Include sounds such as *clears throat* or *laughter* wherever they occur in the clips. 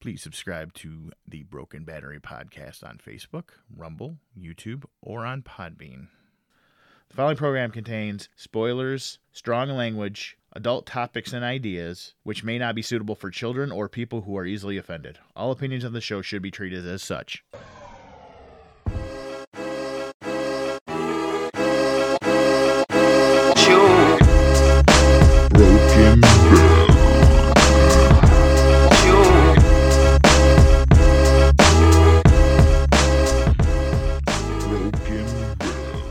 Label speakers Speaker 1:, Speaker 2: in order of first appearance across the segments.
Speaker 1: Please subscribe to the Broken Battery Podcast on Facebook, Rumble, YouTube, or on Podbean. The following program contains spoilers, strong language, adult topics and ideas, which may not be suitable for children or people who are easily offended. All opinions on the show should be treated as such.
Speaker 2: You,
Speaker 1: Broken
Speaker 2: you.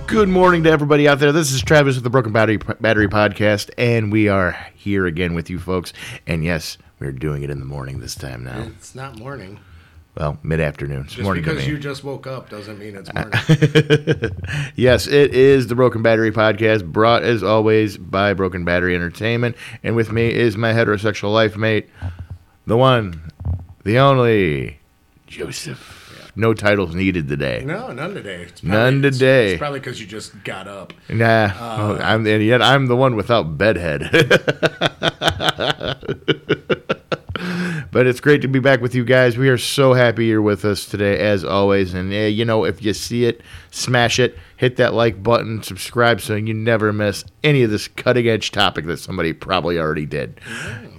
Speaker 1: Good morning to everybody out there. This is Travis with the Broken Battery Battery Podcast, and we are here again with you folks. And yes, we're doing it in the morning this time now.
Speaker 3: It's not morning.
Speaker 1: Well, mid afternoon. It's
Speaker 3: Just
Speaker 1: morning to
Speaker 3: because
Speaker 1: me.
Speaker 3: you just woke up doesn't
Speaker 1: *laughs*
Speaker 3: mean it's morning.
Speaker 1: yes, it is the Broken Battery Podcast, brought as always by Broken Battery Entertainment. And with me is my heterosexual life mate, the one, the only, Joseph. No titles needed today.
Speaker 3: no, none today. It's
Speaker 1: None
Speaker 3: it's-
Speaker 1: today.
Speaker 3: It's, probably because you just got up.
Speaker 1: Nah, oh, I'm, and yet I'm the one without bedhead. *laughs* but it's great to be back with you guys. We are so happy you're with us today, as always. And eh, you know, if you see it, smash it, hit that like button, subscribe, so you never miss any of this cutting edge topic that somebody probably already did.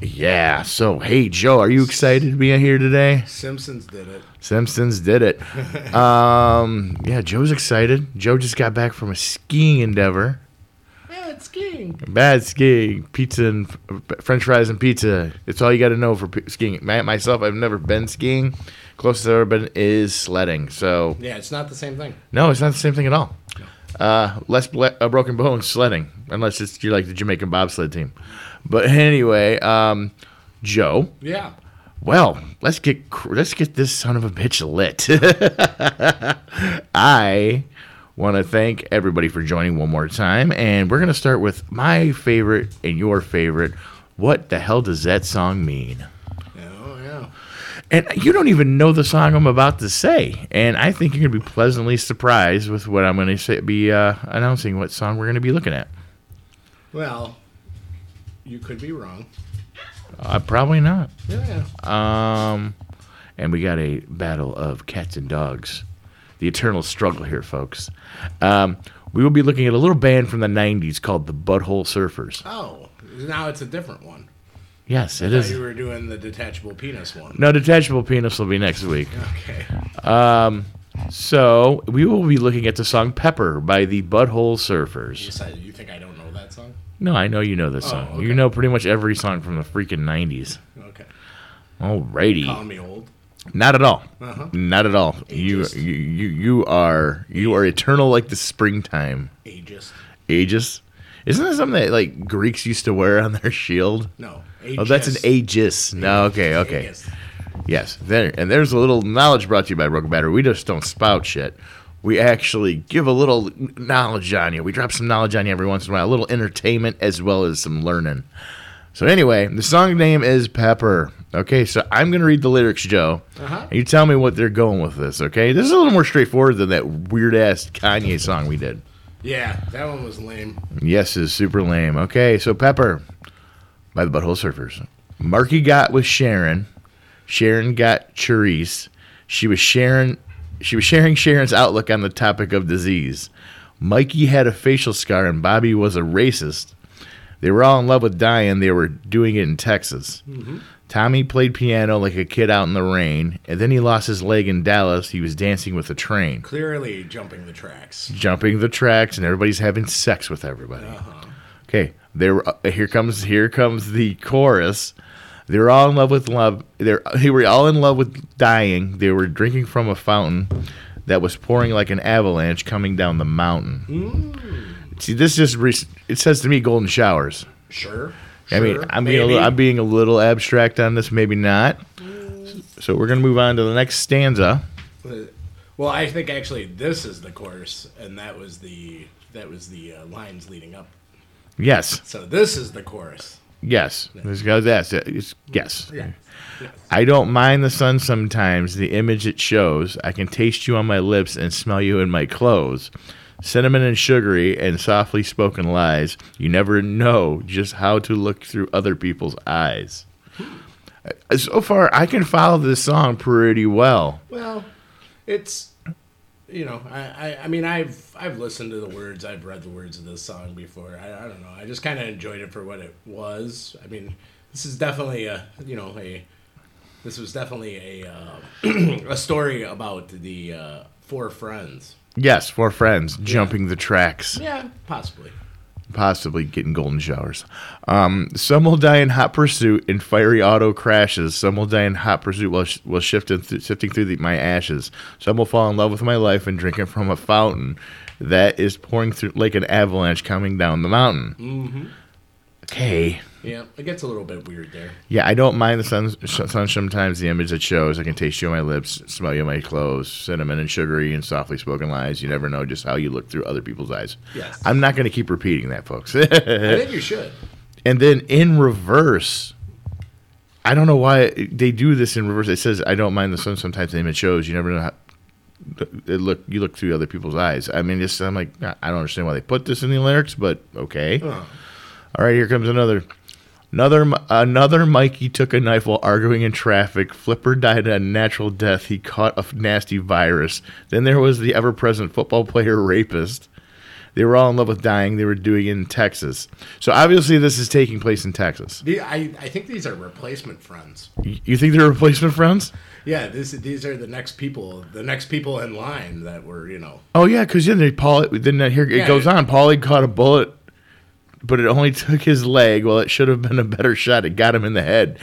Speaker 1: Yeah. So, hey Joe, are you excited to be here today?
Speaker 3: Simpsons did it.
Speaker 1: Simpsons did it. um, yeah, Joe's excited. Joe just got back from a skiing endeavor.
Speaker 3: Yeah, it's skiing.
Speaker 1: Bad skiing, pizza and f- French fries and pizza. It's all you got to know for p- skiing. My, myself, I've never been skiing. Closest I've ever been is sledding. So
Speaker 3: Yeah, it's not the same thing.
Speaker 1: no, it's not the same thing at all. Uh, less ble- a broken bone sledding, unless it's you're like the Jamaican bobsled team. But anyway, um, Joe.
Speaker 3: Yeah.
Speaker 1: Well, let's get cr- let's get this son of a bitch lit. *laughs* I want to thank everybody for joining one more time, and we're gonna start with my favorite and your favorite. What the hell does that song mean?
Speaker 3: Oh, yeah.
Speaker 1: And you don't even know the song I'm about to say, and I think you're gonna be pleasantly surprised with what I'm gonna say, be uh, announcing what song we're gonna be looking at.
Speaker 3: Well, you could be wrong.
Speaker 1: Uh, probably not.
Speaker 3: Yeah.
Speaker 1: Um, and we got a battle of cats and dogs. The eternal struggle here, folks. Um, we will be looking at a little band from the 90s called the Butthole Surfers.
Speaker 3: Oh, now it's a different one.
Speaker 1: Yes, it
Speaker 3: I thought
Speaker 1: is.
Speaker 3: you were doing the detachable penis one. *laughs*
Speaker 1: No, Detachable Penis will be next week.
Speaker 3: Okay.
Speaker 1: So we will be looking at the song Pepper by the Butthole Surfers.
Speaker 3: Decided you think I don't know that song?
Speaker 1: No, I know you know this song.
Speaker 3: Oh, okay.
Speaker 1: You know pretty much every song from the freaking 90s.
Speaker 3: Okay.
Speaker 1: Alrighty.
Speaker 3: Calling me old.
Speaker 1: Not at all.
Speaker 3: Oh. Uh-huh.
Speaker 1: Not at all. You,
Speaker 3: Ageist.
Speaker 1: you you you are you are eternal like the springtime.
Speaker 3: Aegis.
Speaker 1: Aegis. Isn't that something that like Greeks used to wear on their shield?
Speaker 3: No.
Speaker 1: Oh, that's an
Speaker 3: Aegis.
Speaker 1: Aegis. No, okay, okay.
Speaker 3: Aegis.
Speaker 1: Yes. There and there's a little knowledge brought to you by Broken Battery. We just don't spout shit. We actually give a little knowledge on you. We drop some knowledge on you every once in a while, a little entertainment as well as some learning. So anyway, the song name is Pepper. Okay, so I'm gonna read the lyrics, Joe,
Speaker 3: Uh-huh.
Speaker 1: and you tell me what they're going with this. Okay, this is a little more straightforward than that weird ass Kanye song we did.
Speaker 3: Yeah, that one was lame.
Speaker 1: Yes is super lame. Okay, so Pepper by the Butthole Surfers. Marky got with Sharon. Sharon got Cherise. She was Sharon. She was sharing Sharon's outlook on the topic of disease. Mikey had a facial scar and Bobby was a racist. They were all in love with Diane. They were doing it in Texas. Tommy played piano like a kid out in the rain, and then he lost his leg in Dallas. He was dancing with a train,
Speaker 3: Clearly jumping the tracks.
Speaker 1: jumping the tracks, and everybody's having sex with everybody.
Speaker 3: Uh-huh.
Speaker 1: Okay, there. Uh, here comes here comes the chorus. They were all in love with love. They're, they were all in love with dying. They were drinking from a fountain that was pouring like an avalanche coming down the mountain.
Speaker 3: Mm.
Speaker 1: See, this just re- it says to me golden showers.
Speaker 3: Sure.
Speaker 1: I mean,
Speaker 3: sure,
Speaker 1: I'm being, a
Speaker 3: maybe.
Speaker 1: little, I'm being a little abstract on this, maybe not.
Speaker 3: Mm.
Speaker 1: So we're gonna move on to the next stanza.
Speaker 3: Well, I think actually this is the chorus, and that was the that was the uh, lines leading up.
Speaker 1: Yes,
Speaker 3: So this is the chorus.
Speaker 1: yes, this goes. That's it. It's, yes.
Speaker 3: Yeah.
Speaker 1: I don't mind the sun sometimes, the image it shows. I can taste you on my lips and smell you in my clothes. Cinnamon and sugary and softly spoken lies. You never know just how to look through other people's eyes. Uh, So far, I can follow this song pretty well.
Speaker 3: Well, it's you know, I, I, I mean, I've I've listened to the words, I've read the words of this song before. I, I don't know, I just kind of enjoyed it for what it was. I mean, this is definitely a you know a this was definitely a uh, *clears throat* a story about the uh, four friends.
Speaker 1: Yes, four friends jumping the tracks,
Speaker 3: Yeah, possibly.
Speaker 1: possibly getting golden showers. Um, some will die in hot pursuit, and fiery auto crashes. Some will die in hot pursuit while, sh- while shifting, th- sifting through the, my ashes. Some will fall in love with my life and drink it from a fountain that is pouring through like an avalanche coming down the mountain. Mm-hmm. Okay.
Speaker 3: Yeah, it gets a little bit weird there.
Speaker 1: Yeah, I don't mind the sun, sh- sun sometimes, the image it shows. I can taste you on my lips, smell you on my clothes, cinnamon and sugary and softly spoken lies. You never know just how you look through other people's eyes.
Speaker 3: Yes.
Speaker 1: I'm not going to keep repeating that, folks. *laughs*
Speaker 3: I
Speaker 1: and
Speaker 3: think you should.
Speaker 1: then in reverse, I don't know why they do this in reverse. It says, I don't mind the sun sometimes, the image shows. You never know how. It look you look through other people's eyes. I mean, just I'm like I don't understand why they put this in the lyrics, but okay.
Speaker 3: Oh,
Speaker 1: All right, here comes another. Another another Mikey took a knife while arguing in traffic. Flipper died a natural death. He caught a nasty virus. Then there was the ever-present football player rapist. They were all in love with dying. They were doing it in Texas. So obviously this is taking place in Texas.
Speaker 3: the, I I think these are replacement friends.
Speaker 1: Y- You think they're replacement friends?
Speaker 3: Yeah, this these are the next people, the next people in line that were you know.
Speaker 1: Oh yeah, because then they Paul. Then here it
Speaker 3: Yeah.
Speaker 1: goes on. Paulie caught a bullet, but it only took his leg. Well, it should have been a better shot. It got him in the head.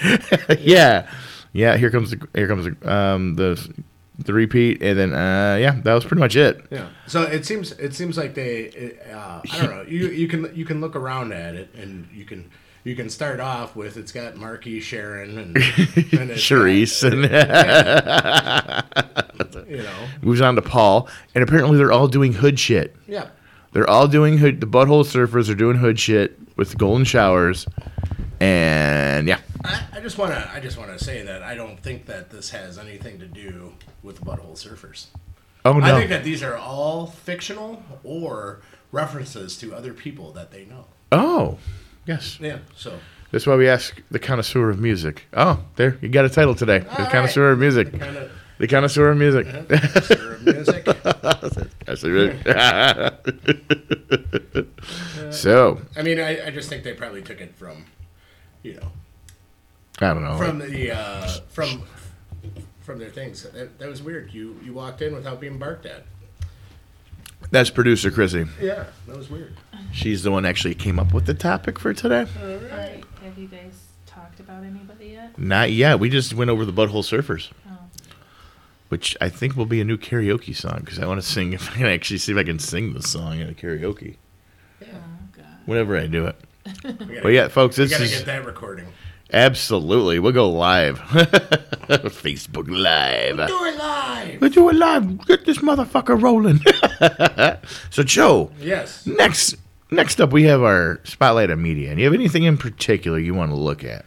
Speaker 1: *laughs* yeah, yeah. Here comes the here comes the um, the the repeat, and then uh, yeah, that was pretty much it.
Speaker 3: Yeah. So it seems it seems like they uh, I don't know. You you can you can look around at it and you can you can start off with it's got Marky Sharon and, and it's got,
Speaker 1: Charisse and *laughs*
Speaker 3: you know
Speaker 1: moves on to Paul, and apparently they're all doing hood shit.
Speaker 3: yeah
Speaker 1: They're all doing hood. The butthole surfers are doing hood shit with golden showers, and yeah.
Speaker 3: I, I just wanna I just wanna say that I don't think that this has anything to do with the Butthole Surfers.
Speaker 1: Oh no.
Speaker 3: I think that these are all fictional or references to other people that they know.
Speaker 1: oh, yes.
Speaker 3: Yeah. So
Speaker 1: That's why we ask the connoisseur of music. Oh, there, you got a title today. the
Speaker 3: right. Uh-huh.
Speaker 1: connoisseur of music.
Speaker 3: kind of
Speaker 1: The connoisseur of music.
Speaker 3: music.
Speaker 1: *laughs* That's
Speaker 3: *laughs*
Speaker 1: it. so,
Speaker 3: I mean, I, I just think they probably took it from, you know,
Speaker 1: I don't know.
Speaker 3: from the uh, from from their things. That, that was weird. You you walked in without being barked at.
Speaker 1: That's producer Chrissy.
Speaker 3: Yeah, that was weird.
Speaker 1: She's the one actually came up with the topic for today.
Speaker 3: All right.
Speaker 4: Like, have you guys talked about anybody yet?
Speaker 1: Not yet. We just went over the Butthole Surfers,
Speaker 4: Oh.
Speaker 1: which I think will be a new karaoke song because I want to sing if *laughs* I can actually see if I can sing this song in a karaoke
Speaker 3: Yeah.
Speaker 4: Oh god.
Speaker 1: whenever I do it.
Speaker 3: We gotta,
Speaker 1: But yeah, folks,
Speaker 3: we
Speaker 1: this
Speaker 3: gotta
Speaker 1: is
Speaker 3: get that recording.
Speaker 1: absolutely. We'll go live, *laughs* Facebook Live.
Speaker 3: Do it live.
Speaker 1: Let's do it live. Get this motherfucker rolling. *laughs* so, Joe,
Speaker 3: Yes.
Speaker 1: next next up, we have our spotlight of media. And you have anything in particular you want to look at?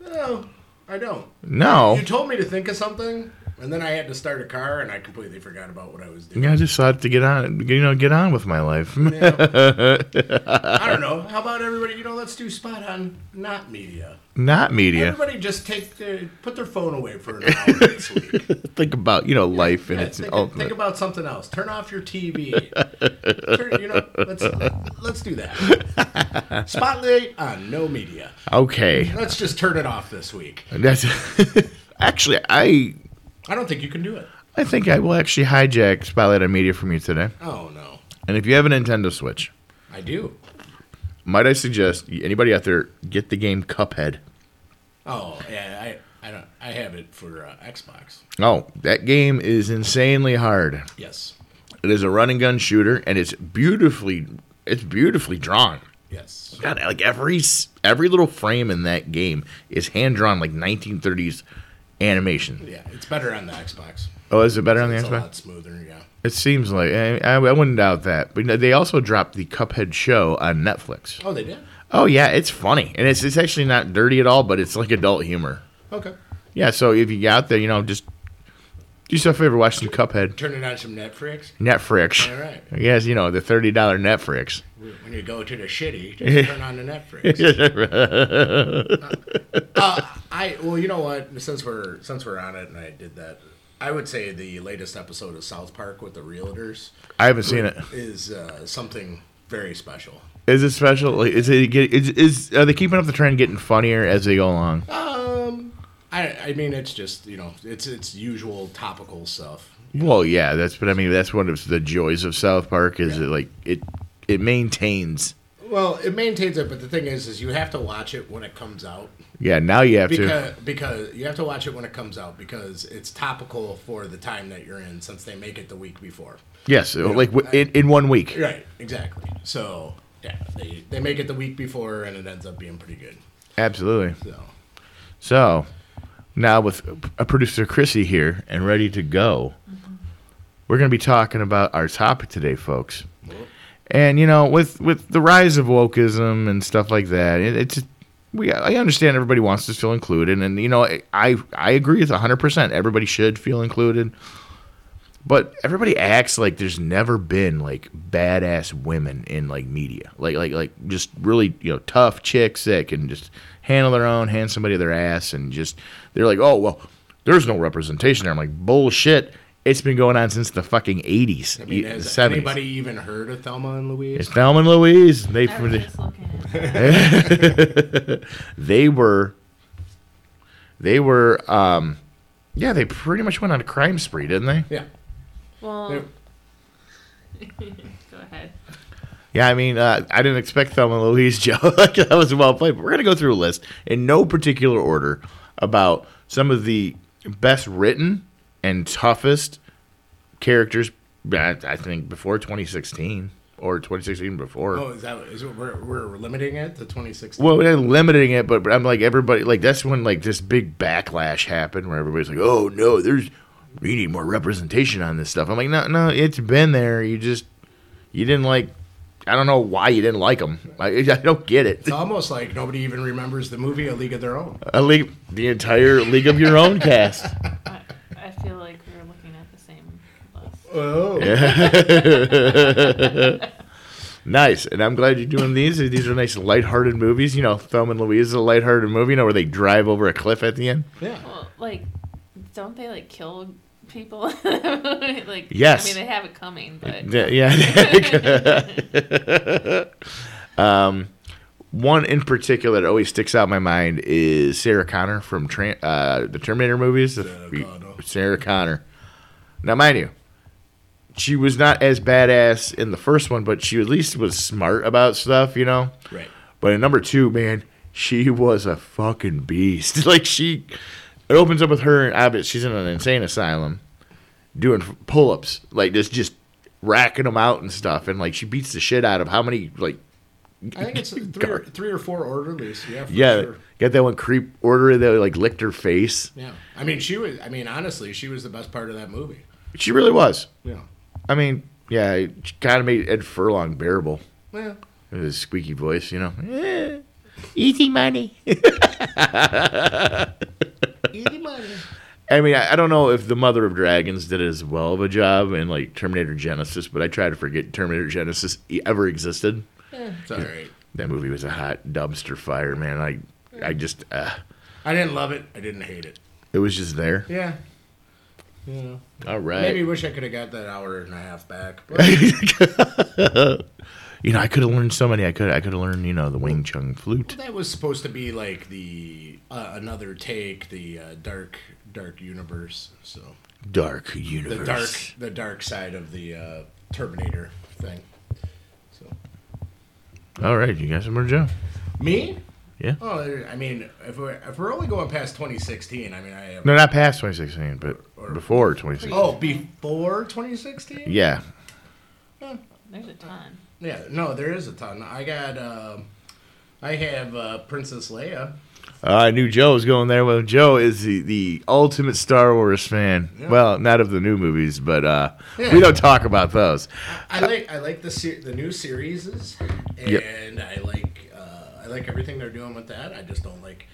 Speaker 3: No, I don't.
Speaker 1: No.
Speaker 3: You told me to think of something, and then I had to start a car, and I completely forgot about what I was doing.
Speaker 1: Yeah, I just thought to get on, you know, get on with my life. *laughs*
Speaker 3: I don't know. How about everybody? You know, let's do spot on not media.
Speaker 1: Not media.
Speaker 3: Everybody just take their put their phone away for an hour this week.
Speaker 1: *laughs* Think about you know life and
Speaker 3: Yeah,
Speaker 1: its
Speaker 3: think,
Speaker 1: ultimate.
Speaker 3: think about something else. Turn off your TV. Turn, you know, let's let's do that.
Speaker 1: *laughs*
Speaker 3: Spotlight on no media.
Speaker 1: okay,
Speaker 3: Let's just turn it off this week.
Speaker 1: that's *laughs* actually I
Speaker 3: I don't think you can do it.
Speaker 1: I think I will actually hijack spotlight of media from you today.
Speaker 3: Oh no,
Speaker 1: And if you have a Nintendo Switch,
Speaker 3: I do.
Speaker 1: might I suggest anybody out there get the game Cuphead.
Speaker 3: Oh yeah, I I don't. I have it for uh, Xbox.
Speaker 1: Oh, that game is insanely hard.
Speaker 3: Yes,
Speaker 1: It is a run and gun shooter, and it's beautifully it's beautifully drawn.
Speaker 3: yes.
Speaker 1: God, like every s- every little frame in that game is hand drawn, like 1930s animation.
Speaker 3: Yeah, it's better on the Xbox.
Speaker 1: Oh, is it better on the
Speaker 3: It's a
Speaker 1: Xbox?
Speaker 3: lot smoother. Yeah.
Speaker 1: It seems like I, I, I wouldn't doubt that. But they also dropped the Cuphead show on Netflix.
Speaker 3: Oh, they did.
Speaker 1: Oh yeah, it's funny, and it's it's actually not dirty at all, but it's like adult humor.
Speaker 3: Okay.
Speaker 1: Yeah, so if you got there, you know, just do yourself a favor, watch some Cuphead
Speaker 3: Turning on some Netflix.
Speaker 1: Netflix.
Speaker 3: All right.
Speaker 1: Yes, you know the thirty dollar Netflix. *laughs*
Speaker 3: When you go to the shitty, just turn on the Netflix.
Speaker 1: yeah,
Speaker 3: Uh, I I well, you know what? Since we're since we're on it, and I did that, I would say the latest episode of South Park with the Realtors
Speaker 1: I haven't seen it.
Speaker 3: is uh, something very special.
Speaker 1: Is it special? Like, is it get, is, is are they keeping up the trend, getting funnier as they go along?
Speaker 3: Um, I I mean, it's just you know, it's it's usual topical stuff.
Speaker 1: Well, yeah, that's but I mean that's one of the joys of South Park is it like it it maintains.
Speaker 3: Well, it maintains it, but the thing is, is you have to watch it when it comes out
Speaker 1: Yeah, now you have to.
Speaker 3: because because you have to watch it when it comes out because it's topical for the time that you're in since they make it the week before.
Speaker 1: Yes, uh, like w in, in one week.
Speaker 3: Right, exactly. So yeah, they they make it the week before, and it ends up being pretty good.
Speaker 1: Absolutely.
Speaker 3: So
Speaker 1: So now with a producer Chrissy here and ready to go, we're going to be talking about our topic today, folks. And you know, with with the rise of wokeism and stuff like that, it, it's we I understand everybody wants to feel included, and you know, I I agree with hundred percent. Everybody should feel included. But everybody acts like there's never been like badass women in like media, like like like just really you know tough chicks that can just handle their own, hand somebody their ass, and just they're like, oh well, there's no representation there. I'm like bullshit. It's been going on since the fucking 80s,
Speaker 3: I mean, has
Speaker 1: 70s.
Speaker 3: anybody even heard of Thelma and Louise?
Speaker 1: It's Thelma and Louise. They
Speaker 4: Everybody's looking at
Speaker 1: *laughs*
Speaker 4: it.
Speaker 1: they were they were um yeah they pretty much went on a crime spree didn't they
Speaker 3: Yeah. Oh,
Speaker 4: Well,
Speaker 3: They're-
Speaker 4: go ahead.
Speaker 1: yeah i mean uh, i didn't expect thelma and louise *laughs* joe Like, that was well played but we're gonna go through a list in no particular order about some of the best written and toughest characters i, I think before 2016 or 2016 before
Speaker 3: Oh, is that is it, we're we're limiting it to 2016?
Speaker 1: Well, we're not limiting it, but, but I'm like everybody. Like that's when like this big backlash happened, where everybody's like, "Oh no, there's we need more representation on this stuff." I'm like, "No, no, it's been there. You just you didn't like. I don't know why you didn't like them. I, I don't get it. Uh,
Speaker 3: It's almost like nobody even remembers the movie A League of Their Own.
Speaker 1: A league, the entire League of Your Own cast. *laughs*
Speaker 4: I, I feel like we're looking at the same list.
Speaker 3: Oh,
Speaker 1: Nice, and I'm glad you're doing these. These are nice, lighthearted movies. You know, Thelma and Louise is a lighthearted movie. You know, where they drive over a cliff at the end.
Speaker 3: yeah.
Speaker 4: Well, like, don't they like kill people? *laughs* like,
Speaker 1: Yes.
Speaker 4: I mean, they have it coming, but
Speaker 1: Yeah. yeah. *laughs* um, one in particular that always sticks out in my mind is Sarah Connor from Tran uh, the Terminator movies.
Speaker 3: Sarah Connor.
Speaker 1: Sarah Connor. Now, mind you, she was not as badass in the first one, but she at least was smart about stuff, you know?
Speaker 3: right.
Speaker 1: But in number two, man, she was a fucking beast. *laughs* Like she, it opens up with her. and Obviously, she's in an insane asylum, doing pull-ups, like just just racking them out and stuff. And like she beats the shit out of how many like
Speaker 3: I think it's three
Speaker 1: *laughs*
Speaker 3: or, three or four orderlies. Yeah. For
Speaker 1: yeah,
Speaker 3: Sure.
Speaker 1: get that one creep order that like licked her face.
Speaker 3: Yeah. I mean, she was. I mean, honestly, she was the best part of that movie.
Speaker 1: She really was.
Speaker 3: Yeah.
Speaker 1: I mean, yeah, she kind of made Ed Furlong bearable.
Speaker 3: Well,
Speaker 1: With his squeaky voice, you know. Eh, easy money.
Speaker 3: easy money.
Speaker 1: I mean, I, I don't know if the Mother of Dragons did as well of a job in like Terminator Genesis, but I try to forget Terminator Genesis e- ever existed.
Speaker 3: It's all right.
Speaker 1: That movie was a hot dumpster fire, man. I, I just, uh,
Speaker 3: I didn't love it. I didn't hate it.
Speaker 1: it was just there.
Speaker 3: Yeah. You know,
Speaker 1: All right.
Speaker 3: maybe wish I could have got that hour and a half back.
Speaker 1: *laughs*
Speaker 3: But
Speaker 1: You know, I could have learned so many. I could, I could have learned, you know, the Wing Chun flute.
Speaker 3: that was supposed to be like the uh, another take, the uh, dark dark universe. So
Speaker 1: Dark
Speaker 3: the
Speaker 1: universe.
Speaker 3: dark the dark side of the uh, Terminator thing. So
Speaker 1: All right, you got some more, Joe?
Speaker 3: me.
Speaker 1: Yeah.
Speaker 3: Oh, I mean, if we're, if we're only going past 2016, I mean, I have,
Speaker 1: No, not past 2016, but before 2016.
Speaker 3: oh before 2016.
Speaker 1: Yeah.
Speaker 4: there's a ton.
Speaker 3: Yeah, no, there is a ton. I got, um I have uh, Princess Leia.
Speaker 1: Uh, I knew Joe was going there. Well, Joe is the, the ultimate Star Wars fan.
Speaker 3: Yeah.
Speaker 1: Well, not of the new movies, but uh,
Speaker 3: Yeah.
Speaker 1: we don't talk about those.
Speaker 3: I like I like the se- the new series, and
Speaker 1: Yep.
Speaker 3: I like uh, I like everything they're doing with that. I just don't like.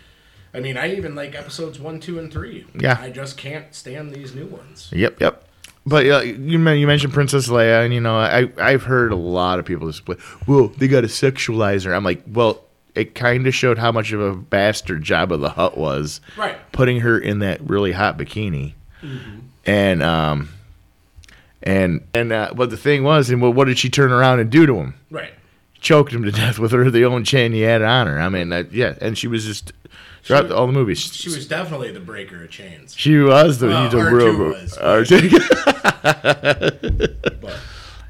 Speaker 3: I mean, I even like episodes one, two, and three.
Speaker 1: Yeah.
Speaker 3: I just can't stand these new ones.
Speaker 1: Yep, yep. But uh, you men- you mentioned Princess Leia, and you know I I've heard a lot of people just play. Well, they got to sexualize her. I'm like, well, it kind of showed how much of a bastard Jabba the Hutt was,
Speaker 3: Right. Mm-hmm.
Speaker 1: putting her in that really hot bikini, and um, and and uh, but the thing was, and what, what did she turn around and do to him?
Speaker 3: Right.
Speaker 1: Choked him to death with her the own chain he had on her. I mean, that, yeah, and she was just throughout all the movies.
Speaker 3: She was definitely the breaker of chains.
Speaker 1: She was the,
Speaker 3: Well,
Speaker 1: he's a
Speaker 3: R2
Speaker 1: real
Speaker 3: was,
Speaker 1: *laughs* R2.
Speaker 3: But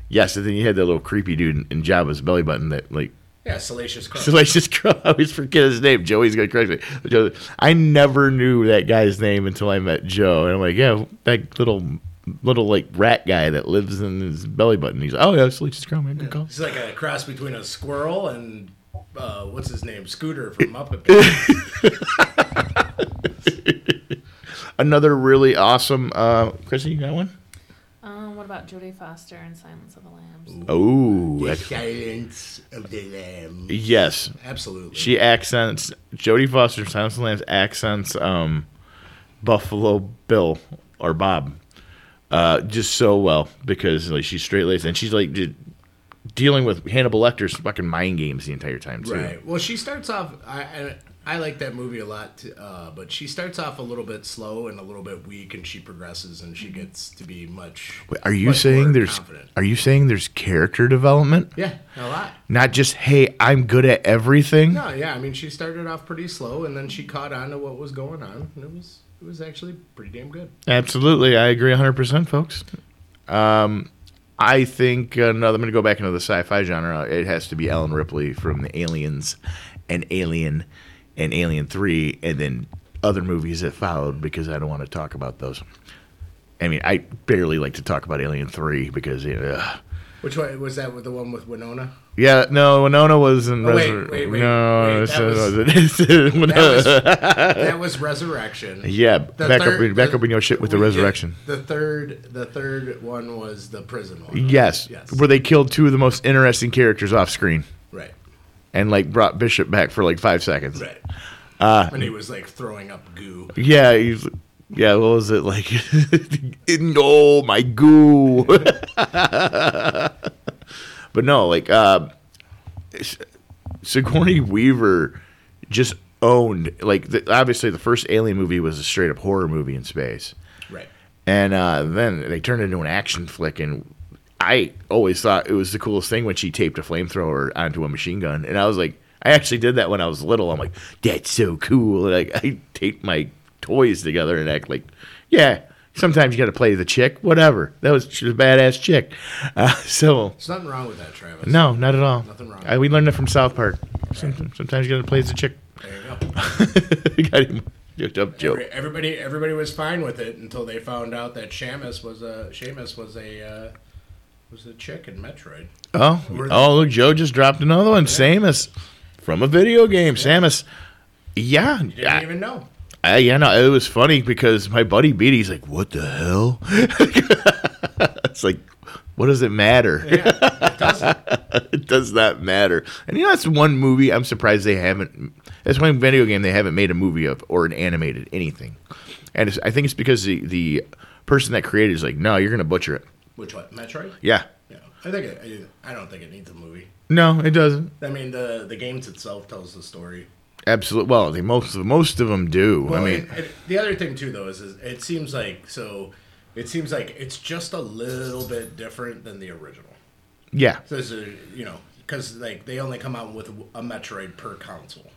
Speaker 1: yes, and then you had that little creepy dude in, in Jabba's belly button that like *laughs*
Speaker 3: yeah, salacious crunch.
Speaker 1: Salacious Crow. *laughs* I always forget his name. Joey's gonna correct me. Joe- I never knew that guy's name until I met Joe, and I'm like, yeah, that little little like rat guy that lives in his belly button. He's like, oh yeah, Salacious Crow. Man, good call.
Speaker 3: He's like a cross between a squirrel and uh, what's his name, Scooter from Muppet.
Speaker 1: *laughs*
Speaker 3: Babies.
Speaker 1: Another really awesome. Uh, Chrissy, you got one?
Speaker 4: Um, what about Jodie Foster and Silence of the Lambs?
Speaker 1: Oh, ex-
Speaker 3: Silence of the Lambs.
Speaker 1: yes.
Speaker 3: Absolutely.
Speaker 1: She accents Jodie Foster, Silence of the Lambs accents um, Buffalo Bill or Bob uh, just so well because like she's straight laced and she's like de- dealing with Hannibal Lecter's fucking mind games the entire time too.
Speaker 3: Right. Well, she starts off. I I, I like that movie a lot, t- uh, but she starts off a little bit slow and a little bit weak, and she progresses and she gets to be much.
Speaker 1: Mm-hmm. Wait, Are you
Speaker 3: much
Speaker 1: saying
Speaker 3: more
Speaker 1: there's
Speaker 3: confident.
Speaker 1: are you saying there's character development?
Speaker 3: Yeah, a lot.
Speaker 1: Not just hey, I'm good at everything.
Speaker 3: No, yeah. I mean, she started off pretty slow, and then she caught on to what was going on, and it was it was actually pretty damn good.
Speaker 1: Absolutely, I agree 100%, folks. Um, I think uh, another. I'm going to go back into the sci-fi genre. It has to be Ellen Ripley from the Aliens, and Alien, and Alien Three, and then other movies that followed because I don't want to talk about those. I mean, I barely like to talk about Alien Three because uh,
Speaker 3: Which one was that? With the one
Speaker 1: *laughs*
Speaker 3: with Winona?
Speaker 1: yeah, no, Winona was in
Speaker 3: Oh, wait,
Speaker 1: Resur-
Speaker 3: wait, wait,
Speaker 1: no,
Speaker 3: wait,
Speaker 1: it's-
Speaker 3: that was-
Speaker 1: it's- it's- *laughs*
Speaker 3: That was, that was Resurrection.
Speaker 1: yeah,
Speaker 3: The
Speaker 1: back up,
Speaker 3: third-
Speaker 1: in- back
Speaker 3: the-
Speaker 1: up in your shit with the
Speaker 3: we did-
Speaker 1: resurrection.
Speaker 3: The third, the third one was the prison one.
Speaker 1: Yes,
Speaker 3: Yes.
Speaker 1: where they killed two of the most interesting characters off screen
Speaker 3: Right.
Speaker 1: and like brought Bishop back for like five seconds.
Speaker 3: Right.
Speaker 1: Uh,
Speaker 3: and he was like throwing up goo.
Speaker 1: Yeah, he's, yeah. What was it like? *laughs* no, my goo. *laughs* but no, like uh, S- Sigourney Weaver just owned like the, obviously the first Alien movie was a straight up horror movie in space.
Speaker 3: Right.
Speaker 1: And uh, then they turned it into an action flick, and I always thought it was the coolest thing when she taped a flamethrower onto a machine gun. And I was like, I actually did that when I was little. I'm like, that's so cool. And I, I taped my toys together and act like, yeah. Sometimes you got to play the chick, whatever. That was she was a badass chick. Uh, *laughs* so
Speaker 3: There's nothing wrong with that, Travis.
Speaker 1: no, not at all.
Speaker 3: Nothing wrong.
Speaker 1: I, we learned that from South Park. Sometimes, sometimes you got to play as a chick. *laughs*
Speaker 3: There you go.
Speaker 1: got him. Dumb joke.
Speaker 3: Every- Everybody, everybody was fine with it until they found out that Shamus was a Shamus was a uh, was a chick in Metroid.
Speaker 1: Oh,
Speaker 3: Or-
Speaker 1: oh! Look, Joe just dropped another one. Samus from a video game. Samus. Yeah,
Speaker 3: Didn't
Speaker 1: I,
Speaker 3: even know.
Speaker 1: I, yeah. No, it was funny because my buddy Beatty's like, "What the hell?" *laughs* it's like, what does it matter?
Speaker 3: Yeah, it doesn't.
Speaker 1: *laughs* it does not matter. And you know, that's one movie I'm surprised they haven't. That's one video game they haven't made a movie of or an animated anything. And it's, I think it's because the the person that created is like, "No, you're gonna butcher it."
Speaker 3: Which one? Metroid?
Speaker 1: Yeah.
Speaker 3: Yeah. I think it, I don't think it needs a movie.
Speaker 1: No, it doesn't.
Speaker 3: I mean, the the games itself tells the story.
Speaker 1: Absolutely. Well, they, most of most of them do. I
Speaker 3: Well,
Speaker 1: mean,
Speaker 3: it- it- the other thing too, though, is, is it seems like so. It seems like it's just a little bit different than the original.
Speaker 1: Yeah,
Speaker 3: So this is, uh, you know, because like they only come out with a Metroid per console.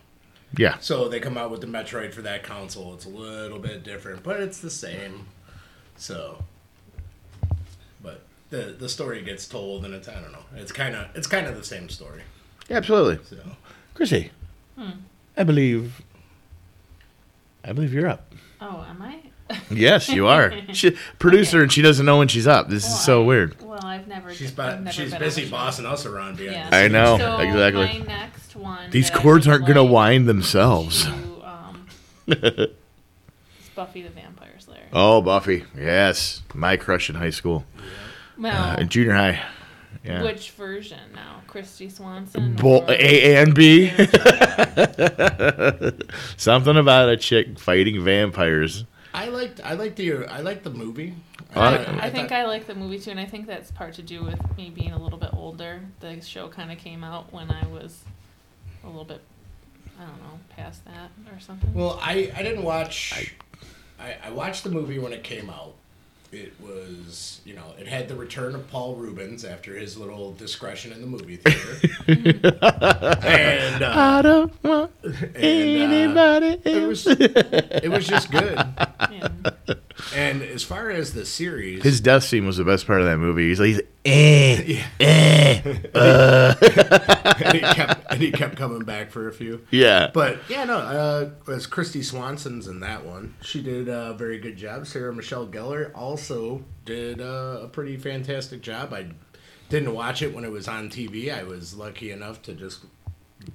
Speaker 1: yeah.
Speaker 3: So they come out with the Metroid for that console. It's a little bit different, but it's the same. So, but the the story gets told, and it's I don't know. It's kind of it's kind of the same story.
Speaker 1: Absolutely.
Speaker 3: So
Speaker 1: Chrissy, Hmm. I believe. I believe you're up.
Speaker 4: Oh, am I?
Speaker 1: Yes, you *laughs* are. she, producer, and she doesn't know when she's up. This
Speaker 4: Well,
Speaker 1: is so
Speaker 4: I-
Speaker 1: weird.
Speaker 4: Well, I've never.
Speaker 3: she's
Speaker 4: I've
Speaker 3: bu-
Speaker 4: never
Speaker 3: she's
Speaker 4: been on
Speaker 3: busy
Speaker 4: a show.
Speaker 3: bossing us around behind.
Speaker 4: Yeah.
Speaker 3: the
Speaker 1: I
Speaker 3: scenes.
Speaker 1: know,
Speaker 4: So
Speaker 1: exactly.
Speaker 4: My next one.
Speaker 1: These
Speaker 4: that I
Speaker 1: cords
Speaker 4: would
Speaker 1: aren't going to
Speaker 4: like
Speaker 1: wind themselves.
Speaker 4: to,
Speaker 1: *laughs*
Speaker 4: um, is Buffy the Vampire Slayer.
Speaker 1: Oh, Buffy. Yes. My crush in high school,
Speaker 4: Well,
Speaker 1: in junior high. uh, Yeah.
Speaker 4: which version now? Christy Swanson.
Speaker 1: Bo- eh,
Speaker 4: or-
Speaker 1: A and B. *laughs* Something about a chick fighting vampires.
Speaker 3: I liked I liked the I liked the movie.
Speaker 1: I-
Speaker 3: thought-
Speaker 4: I think
Speaker 3: thought-
Speaker 4: I like the movie too, and I think that's part to do with me being a little bit older. The show kind of came out when I was a little bit I don't know, past that or something.
Speaker 3: Well, I, I didn't watch. I, I watched the movie when it came out. It was, you know, it had the return of Paul Rubens after his little discretion in the movie theater. and uh,
Speaker 1: I don't want
Speaker 3: and, uh,
Speaker 1: anybody
Speaker 3: it,
Speaker 1: else.
Speaker 3: was, it was just good.
Speaker 4: yeah.
Speaker 3: And as far as the series,
Speaker 1: His death scene was the best part of that movie. He's like, he's, eh,
Speaker 3: Yeah.
Speaker 1: eh.
Speaker 3: *laughs* and, he kept, and he kept coming back for a few.
Speaker 1: Yeah.
Speaker 3: But *laughs* yeah, no, uh, it was Christy Swanson's in that one. She did a very good job. Sarah Michelle Gellar also did uh, a pretty fantastic job. I didn't watch it when it was on TV. I was lucky enough to just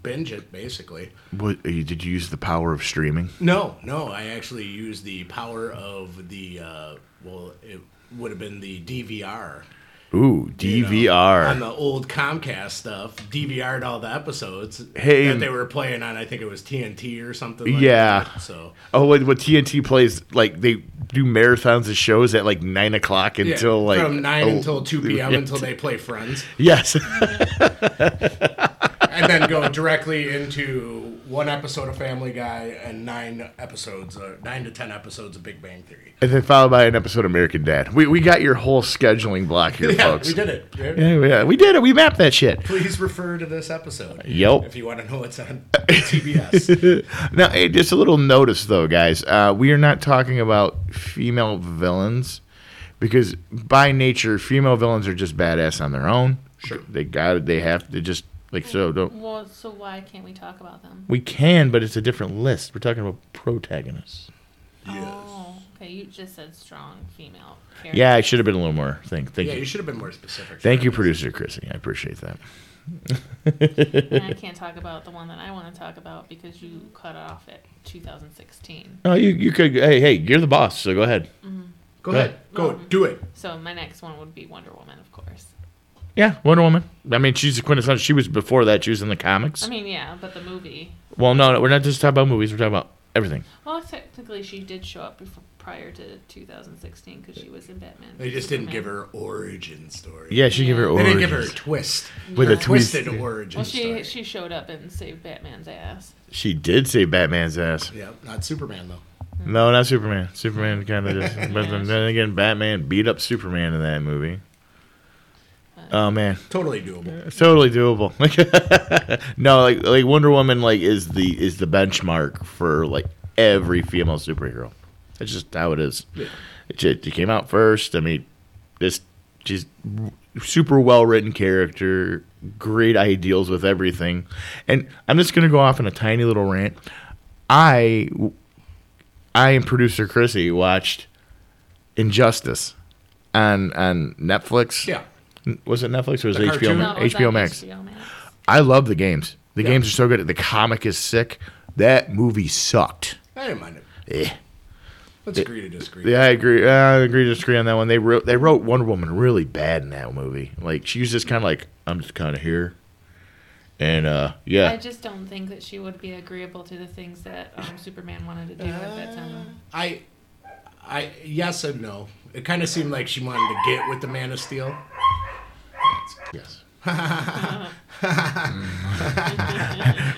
Speaker 3: binge it, basically.
Speaker 1: what, uh, did you use the power of streaming?
Speaker 3: No, no, I actually used the power of the, uh, well, it would have been the DVR.
Speaker 1: Ooh,
Speaker 3: you know,
Speaker 1: DVR.
Speaker 3: on the old Comcast stuff, DVR'd all the episodes
Speaker 1: Hey.
Speaker 3: that they were playing on. I think it was TNT or something. Like
Speaker 1: Yeah.
Speaker 3: that. so
Speaker 1: Oh, what, what TNT plays like they do marathons of shows at like nine o'clock
Speaker 3: yeah,
Speaker 1: until like
Speaker 3: from nine
Speaker 1: oh,
Speaker 3: until two p.m. until they play Friends,
Speaker 1: *laughs*
Speaker 3: *laughs*
Speaker 1: Yes,
Speaker 3: and then go directly into one episode of Family Guy and nine episodes, uh, nine to ten episodes of Big Bang Theory.
Speaker 1: and then followed by an episode of American Dad. We we got your whole scheduling block here,
Speaker 3: Yeah,
Speaker 1: folks.
Speaker 3: we did it. Yeah.
Speaker 1: Yeah, yeah, we did it. We mapped that shit.
Speaker 3: Please refer to this episode
Speaker 1: Yep.
Speaker 3: if you want to know what's on
Speaker 1: *laughs*
Speaker 3: TBS.
Speaker 1: Now, hey, just a little notice though, guys. Uh, we are not talking about female villains because by nature, female villains are just badass on their own.
Speaker 3: Sure.
Speaker 1: they got it. They have to just like so. Don't
Speaker 4: Well, so why can't we talk about them?
Speaker 1: we can, but it's a different list. We're talking about protagonists.
Speaker 4: Oh, okay. You just said strong female. Character.
Speaker 1: Yeah, I should have been a little more. Thank, thank
Speaker 3: yeah,
Speaker 1: you.
Speaker 3: you should have been more specific.
Speaker 1: Thank you, producer Chrissy. I appreciate that.
Speaker 4: And I can't talk about the one that I want to talk about because you cut off at 2016.
Speaker 1: No, you, you could. Hey, hey, you're the boss, so go ahead.
Speaker 3: Go ahead, go do it.
Speaker 4: So my next one would be Wonder Woman, of course.
Speaker 1: Yeah, Wonder Woman. I mean, she's the quintessential. She was before that. She was in the comics.
Speaker 4: I mean, yeah, but the movie.
Speaker 1: well, no, no, we're not just talking about movies. We're talking about everything.
Speaker 4: Well, technically, she did show up before, prior to 2016 because she was in Batman.
Speaker 3: They just didn't give her origin story.
Speaker 1: Yeah, she gave her.
Speaker 3: They
Speaker 1: Origins.
Speaker 3: didn't give her a twist.
Speaker 1: With a
Speaker 3: Her twisted
Speaker 1: twist.
Speaker 3: origin
Speaker 4: Well, she
Speaker 3: story.
Speaker 4: she showed up and saved Batman's ass.
Speaker 1: She did save Batman's ass.
Speaker 3: yeah, not Superman though.
Speaker 1: No, not Superman. Superman kind of just. But then then again, Batman beat up Superman in that movie. Oh man,
Speaker 3: Totally doable.
Speaker 1: it's totally doable. *laughs* no, like like Wonder Woman like is the is the benchmark for like every female superhero. That's just how it is.
Speaker 3: Yeah.
Speaker 1: It, ju- it came out first. I mean, this just super well written character, great ideals with everything. And I'm just gonna go off on a tiny little rant. I I and producer Chrissy watched Injustice on on Netflix.
Speaker 3: Yeah.
Speaker 1: N- Was it Netflix or was
Speaker 3: The
Speaker 1: it HBO
Speaker 3: cartoon?
Speaker 1: Ma-
Speaker 4: it was
Speaker 1: HBO
Speaker 4: on
Speaker 1: Max?
Speaker 4: HBO Max.
Speaker 1: I love the games. The
Speaker 3: Yeah.
Speaker 1: games are so good. The comic is sick. That movie sucked.
Speaker 3: I didn't mind it.
Speaker 1: Eh.
Speaker 3: Let's agree to disagree.
Speaker 1: Yeah, I agree. I agree. to Disagree on that one. They wrote they wrote Wonder Woman really bad in that movie. Like she was just kind of like I'm just kind of here, and uh yeah.
Speaker 4: I just don't think that she would be agreeable to the things that um, Superman wanted to do at that time.
Speaker 3: I, I yes and no. It kind of seemed like she wanted to get with the Man of Steel.
Speaker 4: *laughs*
Speaker 1: yes.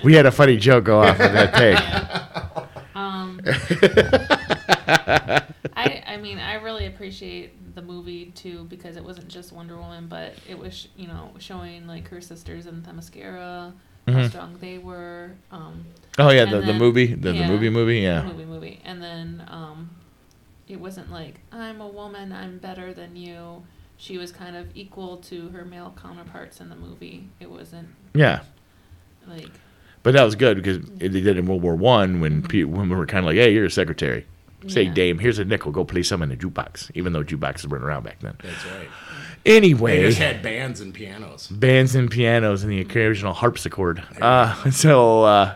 Speaker 1: *laughs* we had a funny joke go off of that take.
Speaker 4: Um, I I mean, I really appreciate the movie too because it wasn't just Wonder Woman, but it was you know showing like her sisters in Themyscira, how strong they were. Um,
Speaker 1: Oh yeah,
Speaker 4: And
Speaker 1: the, the
Speaker 4: then-
Speaker 1: movie, the, the
Speaker 4: yeah.
Speaker 1: movie movie, yeah.
Speaker 4: movie movie and then um it wasn't like i'm a woman i'm better than you she was kind of equal to her male counterparts in the movie it wasn't
Speaker 1: Yeah.
Speaker 4: like
Speaker 1: But that was good because it- they did it in World War One when pe- women were kind of like, "Hey, you're a secretary. Say,
Speaker 4: Yeah.
Speaker 1: dame, here's a nickel. Go play some in the jukebox." Even though jukeboxes weren't around back then.
Speaker 3: That's right. They
Speaker 1: Anyway,
Speaker 3: just had bands and pianos.
Speaker 1: bands and pianos and the occasional harpsichord. Uh, *laughs* so uh,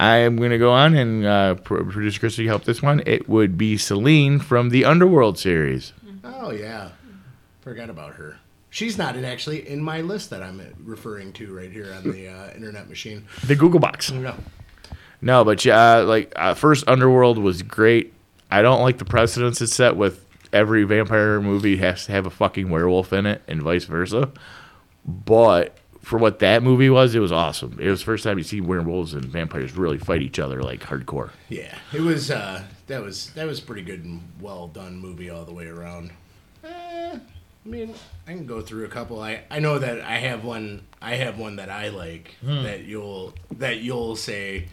Speaker 1: I am going to go on and uh, pro- producer Christy helped this one. It would be Celine from the Underworld series.
Speaker 3: Oh yeah, forgot about her. She's not in- actually in my list that I'm referring to right here on the uh, internet machine.
Speaker 1: The Google Box.
Speaker 3: No.
Speaker 1: No, but yeah, like uh, first Underworld was great. I don't like the precedence it set with every vampire movie has to have a fucking werewolf in it and vice versa. But for what that movie was, it was awesome. It was the first time you see werewolves and vampires really fight each other like hardcore.
Speaker 3: Yeah, it was. Uh, that was that was pretty good and well done movie all the way around. Eh, I mean, I can go through a couple. I, I know that I have one. I have one that I like
Speaker 1: Hmm.
Speaker 3: that you'll that you'll say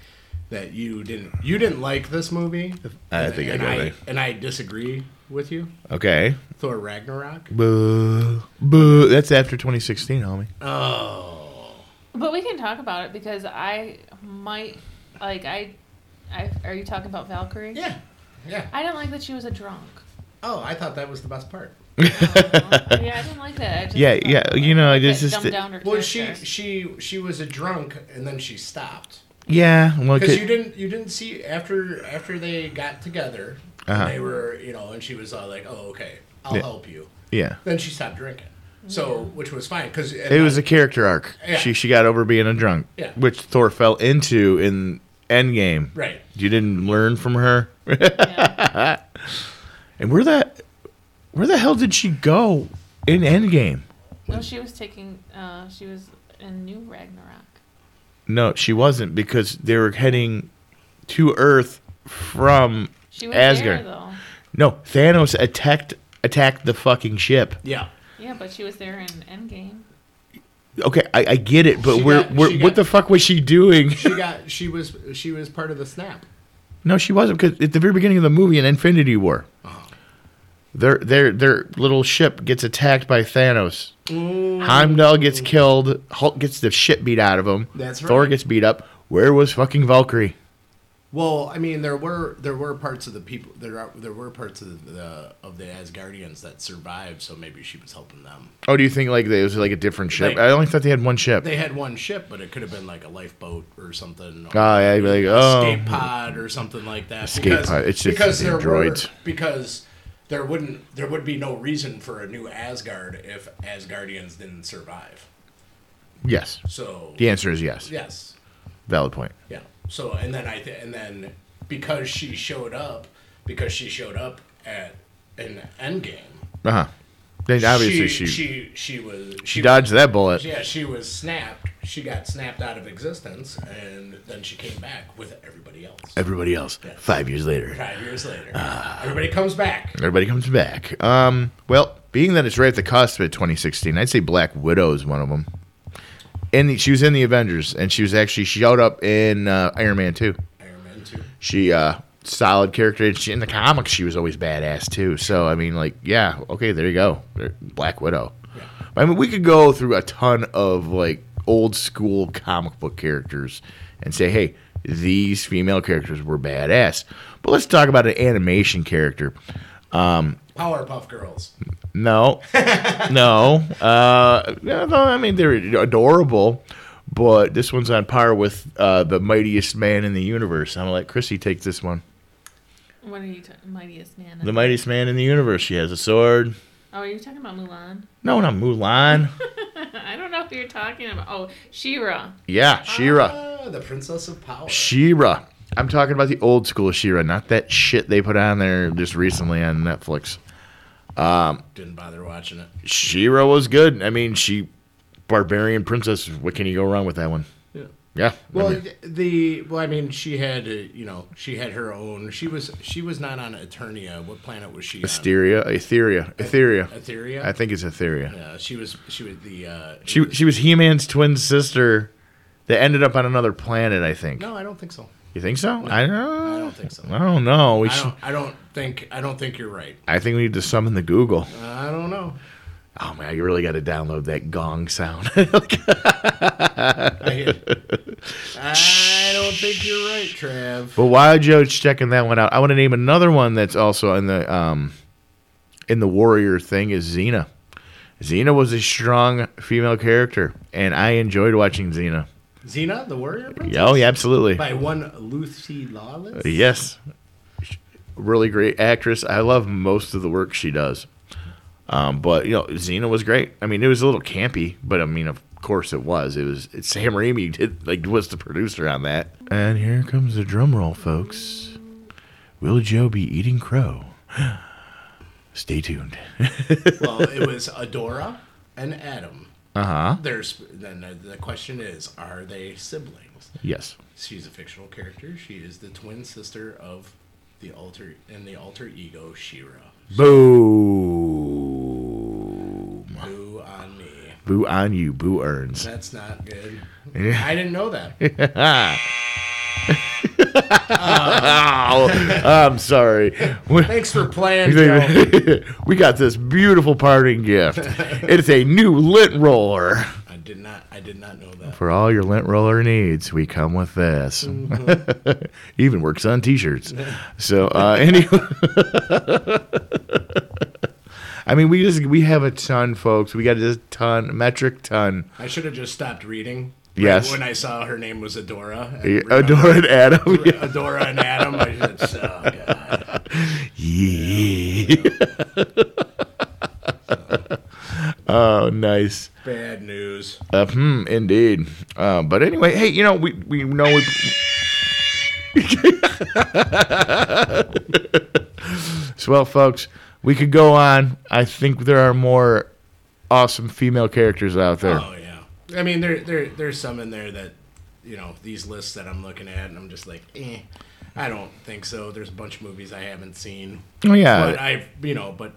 Speaker 3: that you didn't you didn't like this movie.
Speaker 1: I
Speaker 3: And-
Speaker 1: think I
Speaker 3: and
Speaker 1: got
Speaker 3: I,
Speaker 1: it.
Speaker 3: and I disagree with you.
Speaker 1: Okay.
Speaker 3: Thor Ragnarok.
Speaker 1: Boo. Boo. That's after 2016, homie.
Speaker 3: Oh,
Speaker 4: But we can talk about it because I might like I, I are you talking about Valkyrie?
Speaker 3: yeah, yeah.
Speaker 4: I didn't like that she was a drunk.
Speaker 1: *laughs*
Speaker 3: Oh, I thought that was the best part.
Speaker 4: yeah, I didn't like that. I just
Speaker 1: Yeah,
Speaker 4: thought
Speaker 1: yeah,
Speaker 4: that
Speaker 1: you know,
Speaker 4: it
Speaker 1: this is
Speaker 4: dumbed
Speaker 1: the-
Speaker 4: down her
Speaker 3: Well, she
Speaker 4: character.
Speaker 3: she she was a drunk and then she stopped.
Speaker 1: Yeah. Well,
Speaker 3: because
Speaker 1: could-
Speaker 3: you didn't you didn't see after after they got together
Speaker 1: Uh-huh.
Speaker 3: they were you know and she was all like oh okay i'll
Speaker 1: Yeah.
Speaker 3: help you
Speaker 1: yeah.
Speaker 3: then she stopped drinking so which was fine because
Speaker 1: It was a character arc.
Speaker 3: Yeah.
Speaker 1: She she got over being a drunk,
Speaker 3: Yeah.
Speaker 1: which Thor fell into in Endgame.
Speaker 3: right
Speaker 1: You didn't learn from her.
Speaker 4: Yeah.
Speaker 1: *laughs* And where that where the hell did she go in Endgame?
Speaker 4: No, she was taking. Uh, she was in New Ragnarok.
Speaker 1: No, she wasn't because they were heading to Earth from
Speaker 4: She was
Speaker 1: Asgard.
Speaker 4: there though.
Speaker 1: No, Thanos attacked attacked the fucking ship.
Speaker 3: yeah
Speaker 4: Yeah, but she was there in Endgame.
Speaker 1: Okay, I, I get it, but
Speaker 3: She
Speaker 1: where,
Speaker 3: got-
Speaker 1: where
Speaker 3: she
Speaker 1: what
Speaker 3: got-
Speaker 1: the fuck was she doing?
Speaker 3: she got she was she was part of the snap
Speaker 1: No, she wasn't because at the very beginning of the movie in Infinity War,
Speaker 3: Uh-huh.
Speaker 1: their their their little ship gets attacked by Thanos.
Speaker 3: Mm.
Speaker 1: Heimdall gets killed. Hulk gets the shit beat out of him.
Speaker 3: That's
Speaker 1: Thor
Speaker 3: right.
Speaker 1: gets beat up. Where was fucking Valkyrie?
Speaker 3: well i mean there were there were parts of the people there are there were parts of the of the asgardians that survived so maybe she was helping them
Speaker 1: Oh, do you think like it was like a different ship?
Speaker 3: Like-
Speaker 1: I only thought they had one ship.
Speaker 3: they had one ship but it could have been like a lifeboat or something or-
Speaker 1: oh yeah, you'd be like
Speaker 3: escape
Speaker 1: oh,
Speaker 3: pod or something like that.
Speaker 1: Escape pod, it's just the
Speaker 3: there
Speaker 1: droids.
Speaker 3: Were, because there wouldn't there would be no reason for a new Asgard if Asgardians didn't survive.
Speaker 1: yes.
Speaker 3: So
Speaker 1: The answer is yes.
Speaker 3: yes,
Speaker 1: Valid point.
Speaker 3: yeah. So and then I th- and then because she showed up because she showed up at an Endgame.
Speaker 1: Uh huh. Then obviously she
Speaker 3: she
Speaker 1: she,
Speaker 3: she, she was she
Speaker 1: dodged that bullet.
Speaker 3: Yeah, she was snapped. She got snapped out of existence, and then she came back with everybody else.
Speaker 1: Everybody else five years later.
Speaker 3: Five years later, everybody comes back.
Speaker 1: Everybody comes back. Um, well, being that it's right at the cusp of 2016, I'd say Black Widow is one of them. And she was in the Avengers, and she was actually she showed up in uh, Iron Man 2.
Speaker 3: Iron Man two.
Speaker 1: She uh, solid character. And she, in the comics, she was always badass too. So I mean, like, yeah, okay, there you go, There- Black Widow. I mean, we could go through a ton of like old school comic book characters and say, hey, these female characters were badass. But let's talk about an animation character.
Speaker 3: Powerpuff Girls. *laughs*
Speaker 1: No, no. Uh, no, no, I mean they're adorable, but this one's on par with uh, the mightiest man in the universe. I'm gonna let Chrissy take this one.
Speaker 4: What are you ta- mightiest man?
Speaker 1: The mightiest man in the universe. She has a sword.
Speaker 4: oh, are you talking about Mulan?
Speaker 1: No, not
Speaker 3: *laughs*
Speaker 1: Mulan.
Speaker 4: I don't know if you're talking about. Oh, Shira.
Speaker 1: Yeah, Shira.
Speaker 3: Ah, the Princess of Power.
Speaker 1: Shira. I'm talking about the old school Shira, not that shit they put on there just recently on Netflix.
Speaker 3: Didn't bother watching it.
Speaker 1: Shira was good. I mean, she barbarian princess. What can you go wrong with that one?
Speaker 3: Yeah.
Speaker 1: Yeah. I
Speaker 3: Well,
Speaker 1: mean,
Speaker 3: th- the well, I mean, she had uh, you know she had her own. She was she was not on Eternia. What planet was she
Speaker 1: Asteria, Etheria, Etheria.
Speaker 3: on? Etheria.
Speaker 1: I think it's Etheria.
Speaker 3: yeah, she was she was the. Uh,
Speaker 1: She she was He Man's twin sister that ended up on another planet. I think.
Speaker 3: no, I don't think so.
Speaker 1: You think so? I don't.
Speaker 3: I don't think so.
Speaker 1: I don't know. We
Speaker 3: I
Speaker 1: should,
Speaker 3: don't. I don't think. I don't think you're right.
Speaker 1: I think we need to summon the Google.
Speaker 3: I don't know.
Speaker 1: Oh man, you really got to download that gong sound. *laughs*
Speaker 3: *laughs* I, I don't think you're right, Trav.
Speaker 1: but while Joe's checking that one out, I want to name another one that's also in the um, in the warrior thing is Xena. Xena was a strong female character, and I enjoyed watching Xena.
Speaker 3: Xena, the warrior princess.
Speaker 1: Yeah, Oh yeah, absolutely.
Speaker 3: By one Lucy Lawless.
Speaker 1: Yes. Really great actress. I love most of the work she does. Um, but you know, Xena was great. I mean, it was a little campy, but I mean, of course it was. It was it's Sam Raimi *laughs* did like was the producer on that. And here comes the drum roll, folks. Will Joe be eating crow? *gasps* Stay tuned.
Speaker 3: Well, it was Adora and Adam.
Speaker 1: Uh huh.
Speaker 3: There's then the- the question is, are they siblings?
Speaker 1: Yes.
Speaker 3: She's a fictional character. She is the twin sister of the alter and the alter ego Shira.
Speaker 1: Boom.
Speaker 3: Boo on me.
Speaker 1: Boo on you. Boo earns.
Speaker 3: That's not good.
Speaker 1: Yeah.
Speaker 3: I didn't know that.
Speaker 1: *laughs* Ah. Ow. Oh, I'm sorry. We-
Speaker 3: Thanks for playing.
Speaker 1: *laughs*
Speaker 3: Joe.
Speaker 1: we got this beautiful parting gift. It's a new lint roller.
Speaker 3: I did not. I did not know that.
Speaker 1: For all your lint roller needs, we come with this. *laughs* Even works on t-shirts. So uh, anyway, *laughs* I mean, we just we have a ton, folks. We got a ton, metric ton.
Speaker 3: I should have just stopped reading. Right
Speaker 1: Yes.
Speaker 3: When I saw her name was Adora. and remember-
Speaker 1: Adored Adam. *laughs* Yeah.
Speaker 3: Adora and Adam. I just, oh, God.
Speaker 1: Yeah. *laughs* oh, nice.
Speaker 3: Bad news.
Speaker 1: Uh, hmm, indeed. Uh, but anyway, hey, you know we we know we. *laughs* so well, folks, we could go on. I think there are more awesome female characters out there.
Speaker 3: Oh yeah. I mean, there there there's some in there that, you know, these lists that I'm looking at, and I'm just like, eh, I don't think so. There's a bunch of movies I haven't seen.
Speaker 1: Oh, yeah.
Speaker 3: But I've you know, but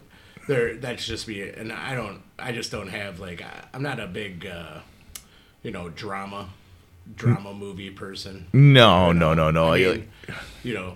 Speaker 3: there that's just me, and I don't. I just don't have like I, I'm not a big, uh, you know, drama, drama movie person.
Speaker 1: No, no, no, no.
Speaker 3: I
Speaker 1: You-
Speaker 3: mean, you know,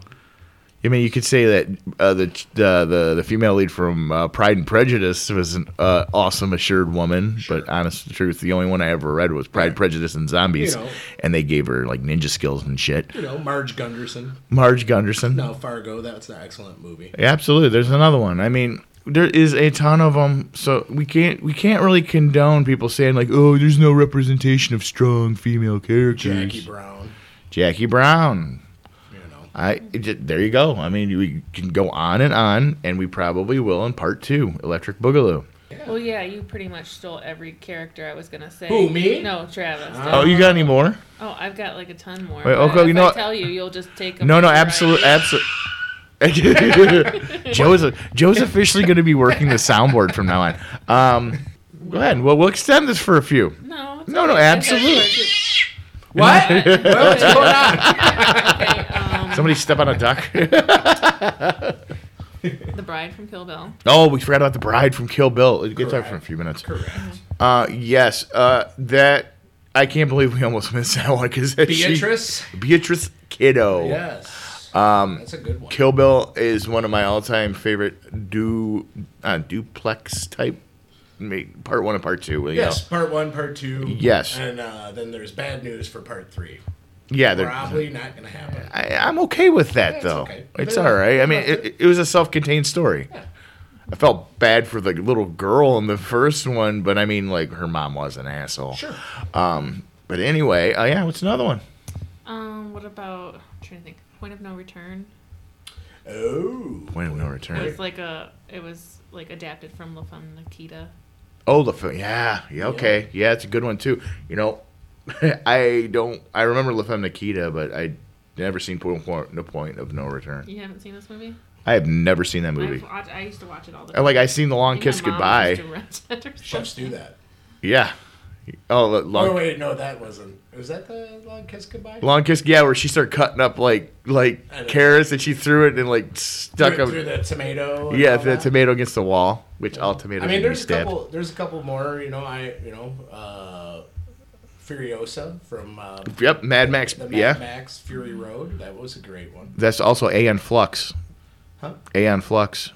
Speaker 1: I mean, you could say that uh, the, the the the female lead from uh, Pride and Prejudice was an uh, awesome, assured woman. But honest to truth, the only one I ever read was Pride, Prejudice, and Zombies,
Speaker 3: You know.
Speaker 1: and they gave her like ninja skills and shit.
Speaker 3: you know, Marge Gunderson.
Speaker 1: Marge Gunderson.
Speaker 3: No, Fargo. That's an excellent movie.
Speaker 1: Absolutely. There's another one. I mean, there is a ton of them. So we can't we can't really condone people saying like, oh, there's no representation of strong female characters.
Speaker 3: Jackie Brown.
Speaker 1: Jackie Brown.
Speaker 3: You know.
Speaker 1: I it ju- there you go. I mean, we can go on and on, and we probably will in part two, Electric Boogaloo.
Speaker 4: Well, yeah, you pretty much stole every character I was gonna say.
Speaker 3: Who, me?
Speaker 4: No, Travis. did.
Speaker 1: Oh, you got any more?
Speaker 4: Oh, I've got like a ton more.
Speaker 1: Wait,
Speaker 4: but
Speaker 1: okay,
Speaker 4: if
Speaker 1: you know
Speaker 4: I
Speaker 1: what?
Speaker 4: tell you, you'll just take. 'em
Speaker 1: No, no,
Speaker 4: right- *laughs*
Speaker 1: absolute, *laughs* absolute. Joe's a, Joe's officially going to be working the soundboard from now on. Um, go ahead. Well, we'll extend this for a few.
Speaker 4: No, it's
Speaker 1: No, no,
Speaker 4: okay. That's
Speaker 1: absolute.
Speaker 4: actually-
Speaker 3: What?
Speaker 4: What's going on? *laughs* Okay,
Speaker 1: Somebody step on a duck. *laughs*
Speaker 4: um, the bride from Kill Bill.
Speaker 1: oh, we forgot about the bride from Kill Bill. We'll Get that for a few minutes.
Speaker 3: Correct.
Speaker 1: Uh, yes, uh, that I can't believe we almost missed that one because
Speaker 3: Beatrice.
Speaker 1: Beatrice Kiddo.
Speaker 3: Yes. Um, That's a good one.
Speaker 1: Kill Bill is one of my all-time favorite du uh, duplex type, ma- part one and part two. you
Speaker 3: yes,
Speaker 1: know.
Speaker 3: part one, part two.
Speaker 1: Yes.
Speaker 3: And uh, then there's bad news for part three.
Speaker 1: yeah, they're-
Speaker 3: Probably not going to happen.
Speaker 1: I, I'm okay with that
Speaker 3: Yeah, it's
Speaker 1: though.
Speaker 3: okay.
Speaker 1: It's
Speaker 3: They're-
Speaker 1: all right. I mean,
Speaker 3: they're-
Speaker 1: it, it was a self-contained story. I felt bad for the little girl in the first one, but I mean, like her mom was an asshole.
Speaker 3: Sure.
Speaker 1: Um, but anyway, uh, yeah, what's another one?
Speaker 4: Um, what about? I'm trying to think. Point of No Return.
Speaker 3: Oh.
Speaker 1: When we
Speaker 4: It
Speaker 1: return.
Speaker 4: was like a. It was like adapted from La Femme Nikita.
Speaker 1: Oh, the film. Yeah. Yeah. Okay. Yeah, it's a good one too. You know, *laughs* I don't. I remember La Femme Nikita, but I never seen Point, Point, No Point of No Return.
Speaker 4: You haven't seen this movie?
Speaker 1: I have never seen that movie.
Speaker 4: I've watched, I used to watch it all the
Speaker 1: And,
Speaker 4: time.
Speaker 1: like I seen The Long
Speaker 4: think
Speaker 1: Kiss
Speaker 4: my mom
Speaker 1: Goodbye.
Speaker 4: used to rent it or
Speaker 3: Chefs
Speaker 4: something.
Speaker 3: do that.
Speaker 1: Yeah. Oh, the
Speaker 3: Oh,
Speaker 1: long.
Speaker 3: wait, no, that wasn't. Was that the long kiss goodbye?
Speaker 1: Long kiss, yeah, where she started cutting up like like
Speaker 3: I know.
Speaker 1: carrots and she threw it and like stuck
Speaker 3: through,
Speaker 1: up,
Speaker 3: through the tomato. and
Speaker 1: yeah,
Speaker 3: all
Speaker 1: the
Speaker 3: that?
Speaker 1: tomato against the wall, which all tomatoes.
Speaker 3: I mean,
Speaker 1: can be
Speaker 3: there's a
Speaker 1: stabbed.
Speaker 3: couple. There's a couple more. You know, I you know, uh, Furiosa from uh,
Speaker 1: Yep, Mad Max.
Speaker 3: the Mad
Speaker 1: yeah,
Speaker 3: Max Fury Road. That was a great one.
Speaker 1: that's also Aeon Flux.
Speaker 3: Huh?
Speaker 1: Aeon Flux.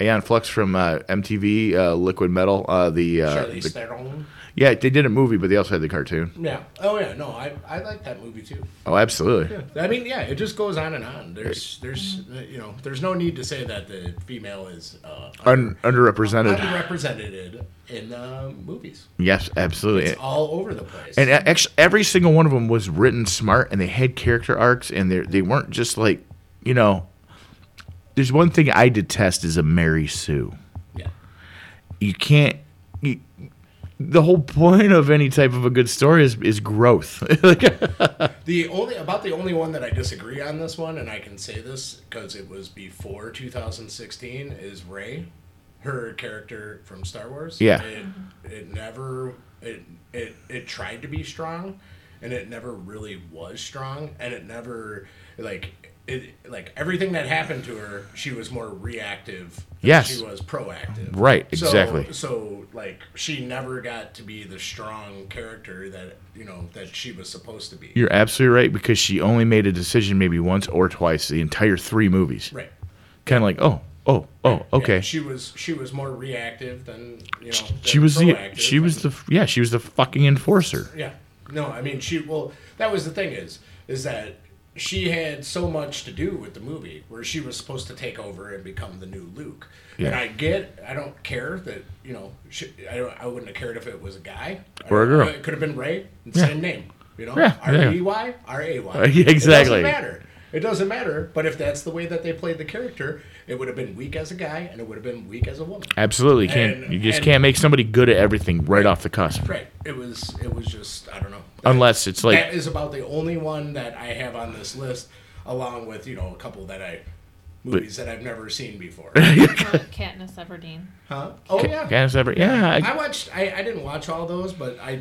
Speaker 1: Aeon Flux from uh, MTV uh, Liquid Metal. Uh, the, uh,
Speaker 3: Charlize
Speaker 1: the-
Speaker 3: Theron.
Speaker 1: yeah, they did a movie, but they also had the cartoon.
Speaker 3: Yeah. Oh yeah. No, I I like that movie too.
Speaker 1: Oh, absolutely.
Speaker 3: I mean, yeah, it just goes on and on. There's, there's, uh, you know, there's no need to say that the female is uh,
Speaker 1: Un- underrepresented.
Speaker 3: underrepresented in uh, movies.
Speaker 1: yes, absolutely.
Speaker 3: It's all over the place.
Speaker 1: And a- actually, every single one of them was written smart, and they had character arcs, and they they weren't just like, you know. There's one thing I detest is a Mary Sue.
Speaker 3: yeah,
Speaker 1: You can't. You, the whole point of any type of a good story is is growth. *laughs*
Speaker 3: the only about the only one that I disagree on this one, and I can say this because it was before 2016, is Ray, her character from Star Wars.
Speaker 1: Yeah.
Speaker 3: it, it never it it it tried to be strong, and it never really was strong, and it never like it like everything that happened to her, she was more reactive. Than
Speaker 1: Yes.
Speaker 3: she was proactive.
Speaker 1: Right,
Speaker 3: So-
Speaker 1: exactly.
Speaker 3: so like she never got to be the strong character that you know that she was supposed to be.
Speaker 1: You're absolutely right because she only made a decision maybe once or twice the entire three movies.
Speaker 3: Right.
Speaker 1: Kind of like, oh, oh, oh, okay.
Speaker 3: Yeah,
Speaker 1: she,
Speaker 3: she was she was more reactive than you know. than
Speaker 1: was the
Speaker 3: proactive.
Speaker 1: she was the yeah she was the fucking enforcer.
Speaker 3: yeah. No, I mean she. Well, that was the thing is is that she had so much to do with the movie where she was supposed to take over and become the new Luke. And
Speaker 1: Yeah.
Speaker 3: I get, I don't care that you know, she, I don't, I wouldn't have cared if it was a guy
Speaker 1: Or a
Speaker 3: I don't-
Speaker 1: girl.
Speaker 3: It could have been Ray. Same name. You know,
Speaker 1: Yeah, yeah.
Speaker 3: R E Y, R A
Speaker 1: *laughs*
Speaker 3: Y.
Speaker 1: yeah, exactly.
Speaker 3: It doesn't matter. It doesn't matter. But if that's the way that they played the character, it would have been weak as a guy and it would have been weak as a woman.
Speaker 1: Absolutely, you can't
Speaker 3: And-
Speaker 1: you just
Speaker 3: and-
Speaker 1: can't make somebody good at everything right off the cusp
Speaker 3: Right. It was. It was just. I don't know.
Speaker 1: unless it's like
Speaker 3: that is about the only one that I have on this list, along with you know a couple that I movies that I've never seen
Speaker 1: *laughs*
Speaker 3: before.
Speaker 4: *laughs* Katniss Everdeen.
Speaker 3: Huh? Oh yeah.
Speaker 1: Candace Ever- yeah, I-
Speaker 3: I watched. I, I didn't watch all those, but I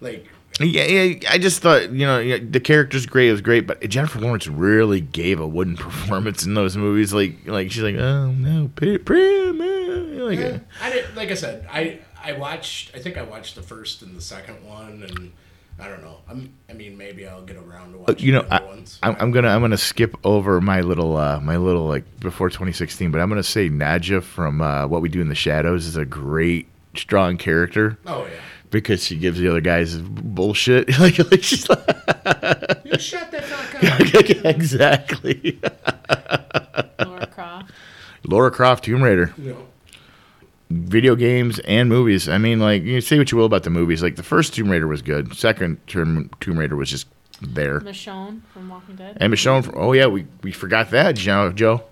Speaker 3: like.
Speaker 1: Yeah, yeah, I just thought you know yeah, the character's great. It was great, but Jennifer Lawrence really gave a wooden *laughs* performance in those movies. Like, like she's like, oh no, pretty, pretty, man," like, uh,
Speaker 3: eh, I didn't. Like I said, I I watched. I think I watched the first and the second one, and I don't know. I'm, I mean, maybe I'll get around to
Speaker 1: uh,
Speaker 3: watching
Speaker 1: you know,
Speaker 3: the
Speaker 1: I,
Speaker 3: other ones.
Speaker 1: I'm, I'm gonna I'm gonna skip over my little uh, my little like before 2016, but I'm gonna say Nadja from uh, What We Do in the Shadows is a great strong character
Speaker 3: oh yeah.
Speaker 1: because she gives the other guys bullshit. *laughs* like, like she's like,
Speaker 3: You shut
Speaker 1: *laughs*
Speaker 3: the fuck up.
Speaker 1: exactly. *laughs*
Speaker 4: Laura Croft.
Speaker 1: Laura Croft, Tomb Raider.
Speaker 3: you know.
Speaker 1: video games and movies. I mean, like you say what you will about the movies. Like the first Tomb Raider was good. Second term, Tomb Raider was just there.
Speaker 4: Michonne from Walking Dead.
Speaker 1: And Michonne. Oh yeah, we we forgot that Joe. Joe.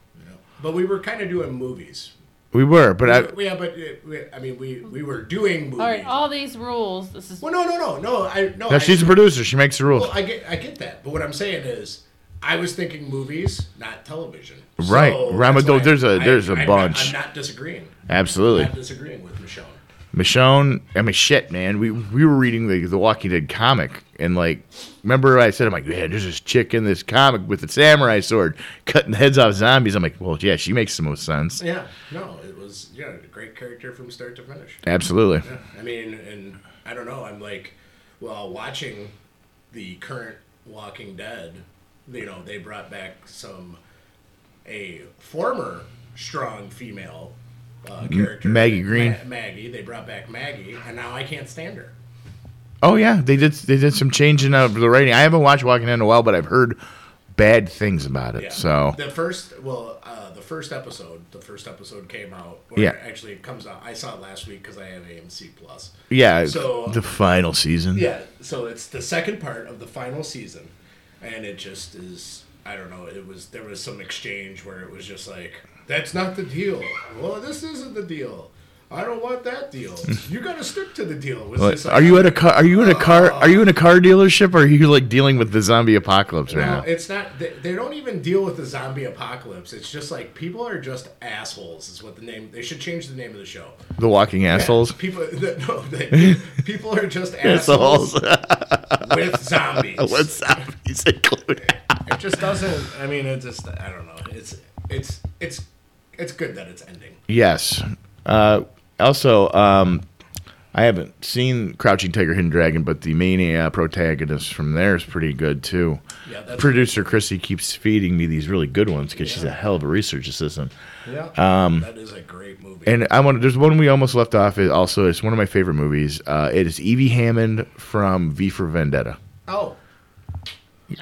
Speaker 3: But we were kind of doing movies.
Speaker 1: We were, but I.
Speaker 3: yeah, but uh, we, I mean, we we were doing movies.
Speaker 4: all right, all these rules. This is
Speaker 3: Well, no, no, no, no. I no.
Speaker 1: Now
Speaker 3: I,
Speaker 1: she's a producer. She makes the rules.
Speaker 3: well, I get, I get that. But what I'm saying is, I was thinking movies, not television.
Speaker 1: Right. Ramadan,
Speaker 3: that's why
Speaker 1: there's a-
Speaker 3: I-
Speaker 1: there's a
Speaker 3: I'm not-
Speaker 1: bunch.
Speaker 3: I'm not disagreeing. I'm
Speaker 1: Absolutely,
Speaker 3: not disagreeing with Michonne.
Speaker 1: Michonne. I mean, shit, man. We we were reading the the Walking Dead comic, and like, remember I said, I'm like, yeah, there's this chick in this comic with a samurai sword cutting the heads off zombies. I'm like, well, yeah, she makes the most sense.
Speaker 3: Yeah. No, it was yeah, a great character from start to finish.
Speaker 1: Absolutely.
Speaker 3: Yeah. I mean, and I don't know. I'm like, well, watching the current Walking Dead, you know, they brought back some a former strong female uh, character,
Speaker 1: Maggie Green.
Speaker 3: Ma- Maggie. They brought back Maggie, and now I can't stand her.
Speaker 1: Oh yeah, they did. They did some changing of the rating. I haven't watched Walking Dead in a while, but I've heard bad things about it.
Speaker 3: Yeah.
Speaker 1: So
Speaker 3: the first, well, uh, the first episode, the first episode came out. Or
Speaker 1: Yeah.
Speaker 3: actually, it comes out. I saw it last week because I have AMC Plus.
Speaker 1: yeah,
Speaker 3: So-
Speaker 1: the final season.
Speaker 3: Yeah, so it's the second part of the final season, and it just is. I don't know. It was there was some exchange where it was just like, "That's not the deal." Well, this isn't the deal. I don't want that deal. You gotta stick to the deal. It Was
Speaker 1: Like,
Speaker 3: just like-
Speaker 1: Hmm. are you at a car? Are you in a
Speaker 3: uh,
Speaker 1: car? Are you in a car dealership? Or are you like dealing with the zombie apocalypse right
Speaker 3: No,
Speaker 1: now?
Speaker 3: it's not. They, they don't even deal with the zombie apocalypse. It's just like people are just assholes. Is what the name. They should change the name of the show.
Speaker 1: The
Speaker 3: *laughs*
Speaker 1: walking assholes.
Speaker 3: People. No,
Speaker 1: *laughs*
Speaker 3: they, people are just assholes
Speaker 1: Assholes.
Speaker 3: with zombies. *laughs*
Speaker 1: What zombies included?
Speaker 3: it just doesn't i mean it just i don't know it's it's it's it's good that it's ending
Speaker 1: Yes. Uh, also, um, I haven't seen Crouching Tiger, Hidden Dragon, but the main uh, protagonist from there is pretty good too.
Speaker 3: Yeah, that's-
Speaker 1: Producer Chrissy keeps feeding me these really good ones because she's a
Speaker 3: Yeah.
Speaker 1: hell of a research assistant.
Speaker 3: yeah um that is a great movie
Speaker 1: And I want there's one we almost left off. It also it's one of my favorite movies. Uh, it is Evie Hammond from V for Vendetta.
Speaker 3: oh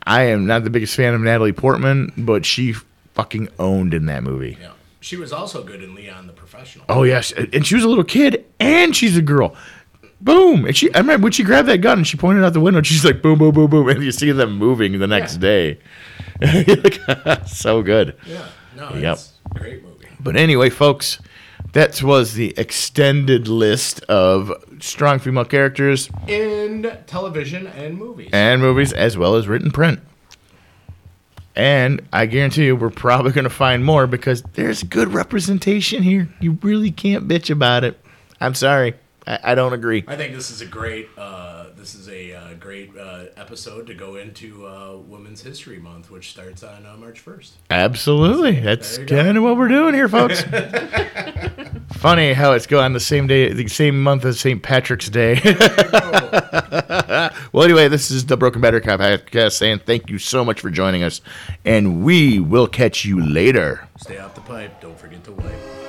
Speaker 1: I am not the biggest fan of Natalie Portman, but she fucking owned in that movie.
Speaker 3: yeah she was also good in leon the professional
Speaker 1: Oh yes, and she was a little kid, and she's a girl. Boom! And she, I remember when she grabbed that gun and she pointed out the window. And she's like, boom, boom, boom, boom, and you see them moving the next day. Like, *laughs* so good.
Speaker 3: yeah no
Speaker 1: Yep.
Speaker 3: it's a great movie
Speaker 1: But anyway, folks, that was the extended list of strong female characters
Speaker 3: in television and movies
Speaker 1: and movies, as well as written print. And I guarantee you, we're probably going to find more because there's good representation here. You really can't bitch about it. I'm sorry. I, I don't agree.
Speaker 3: I think this is a great uh, this is a uh, great uh, episode to go into uh, Women's History Month, which starts on uh, March first.
Speaker 1: Absolutely. That's
Speaker 3: There you go.
Speaker 1: kind of what we're doing here,
Speaker 3: *laughs*
Speaker 1: folks. Funny how it's going on the same day, the same month as St. Patrick's Day.
Speaker 3: Oh.
Speaker 1: *laughs* well, anyway, this is the Broken Batter Cop podcast saying thank you so much for joining us, and we will catch you later.
Speaker 3: Stay off the pipe. Don't forget to wipe.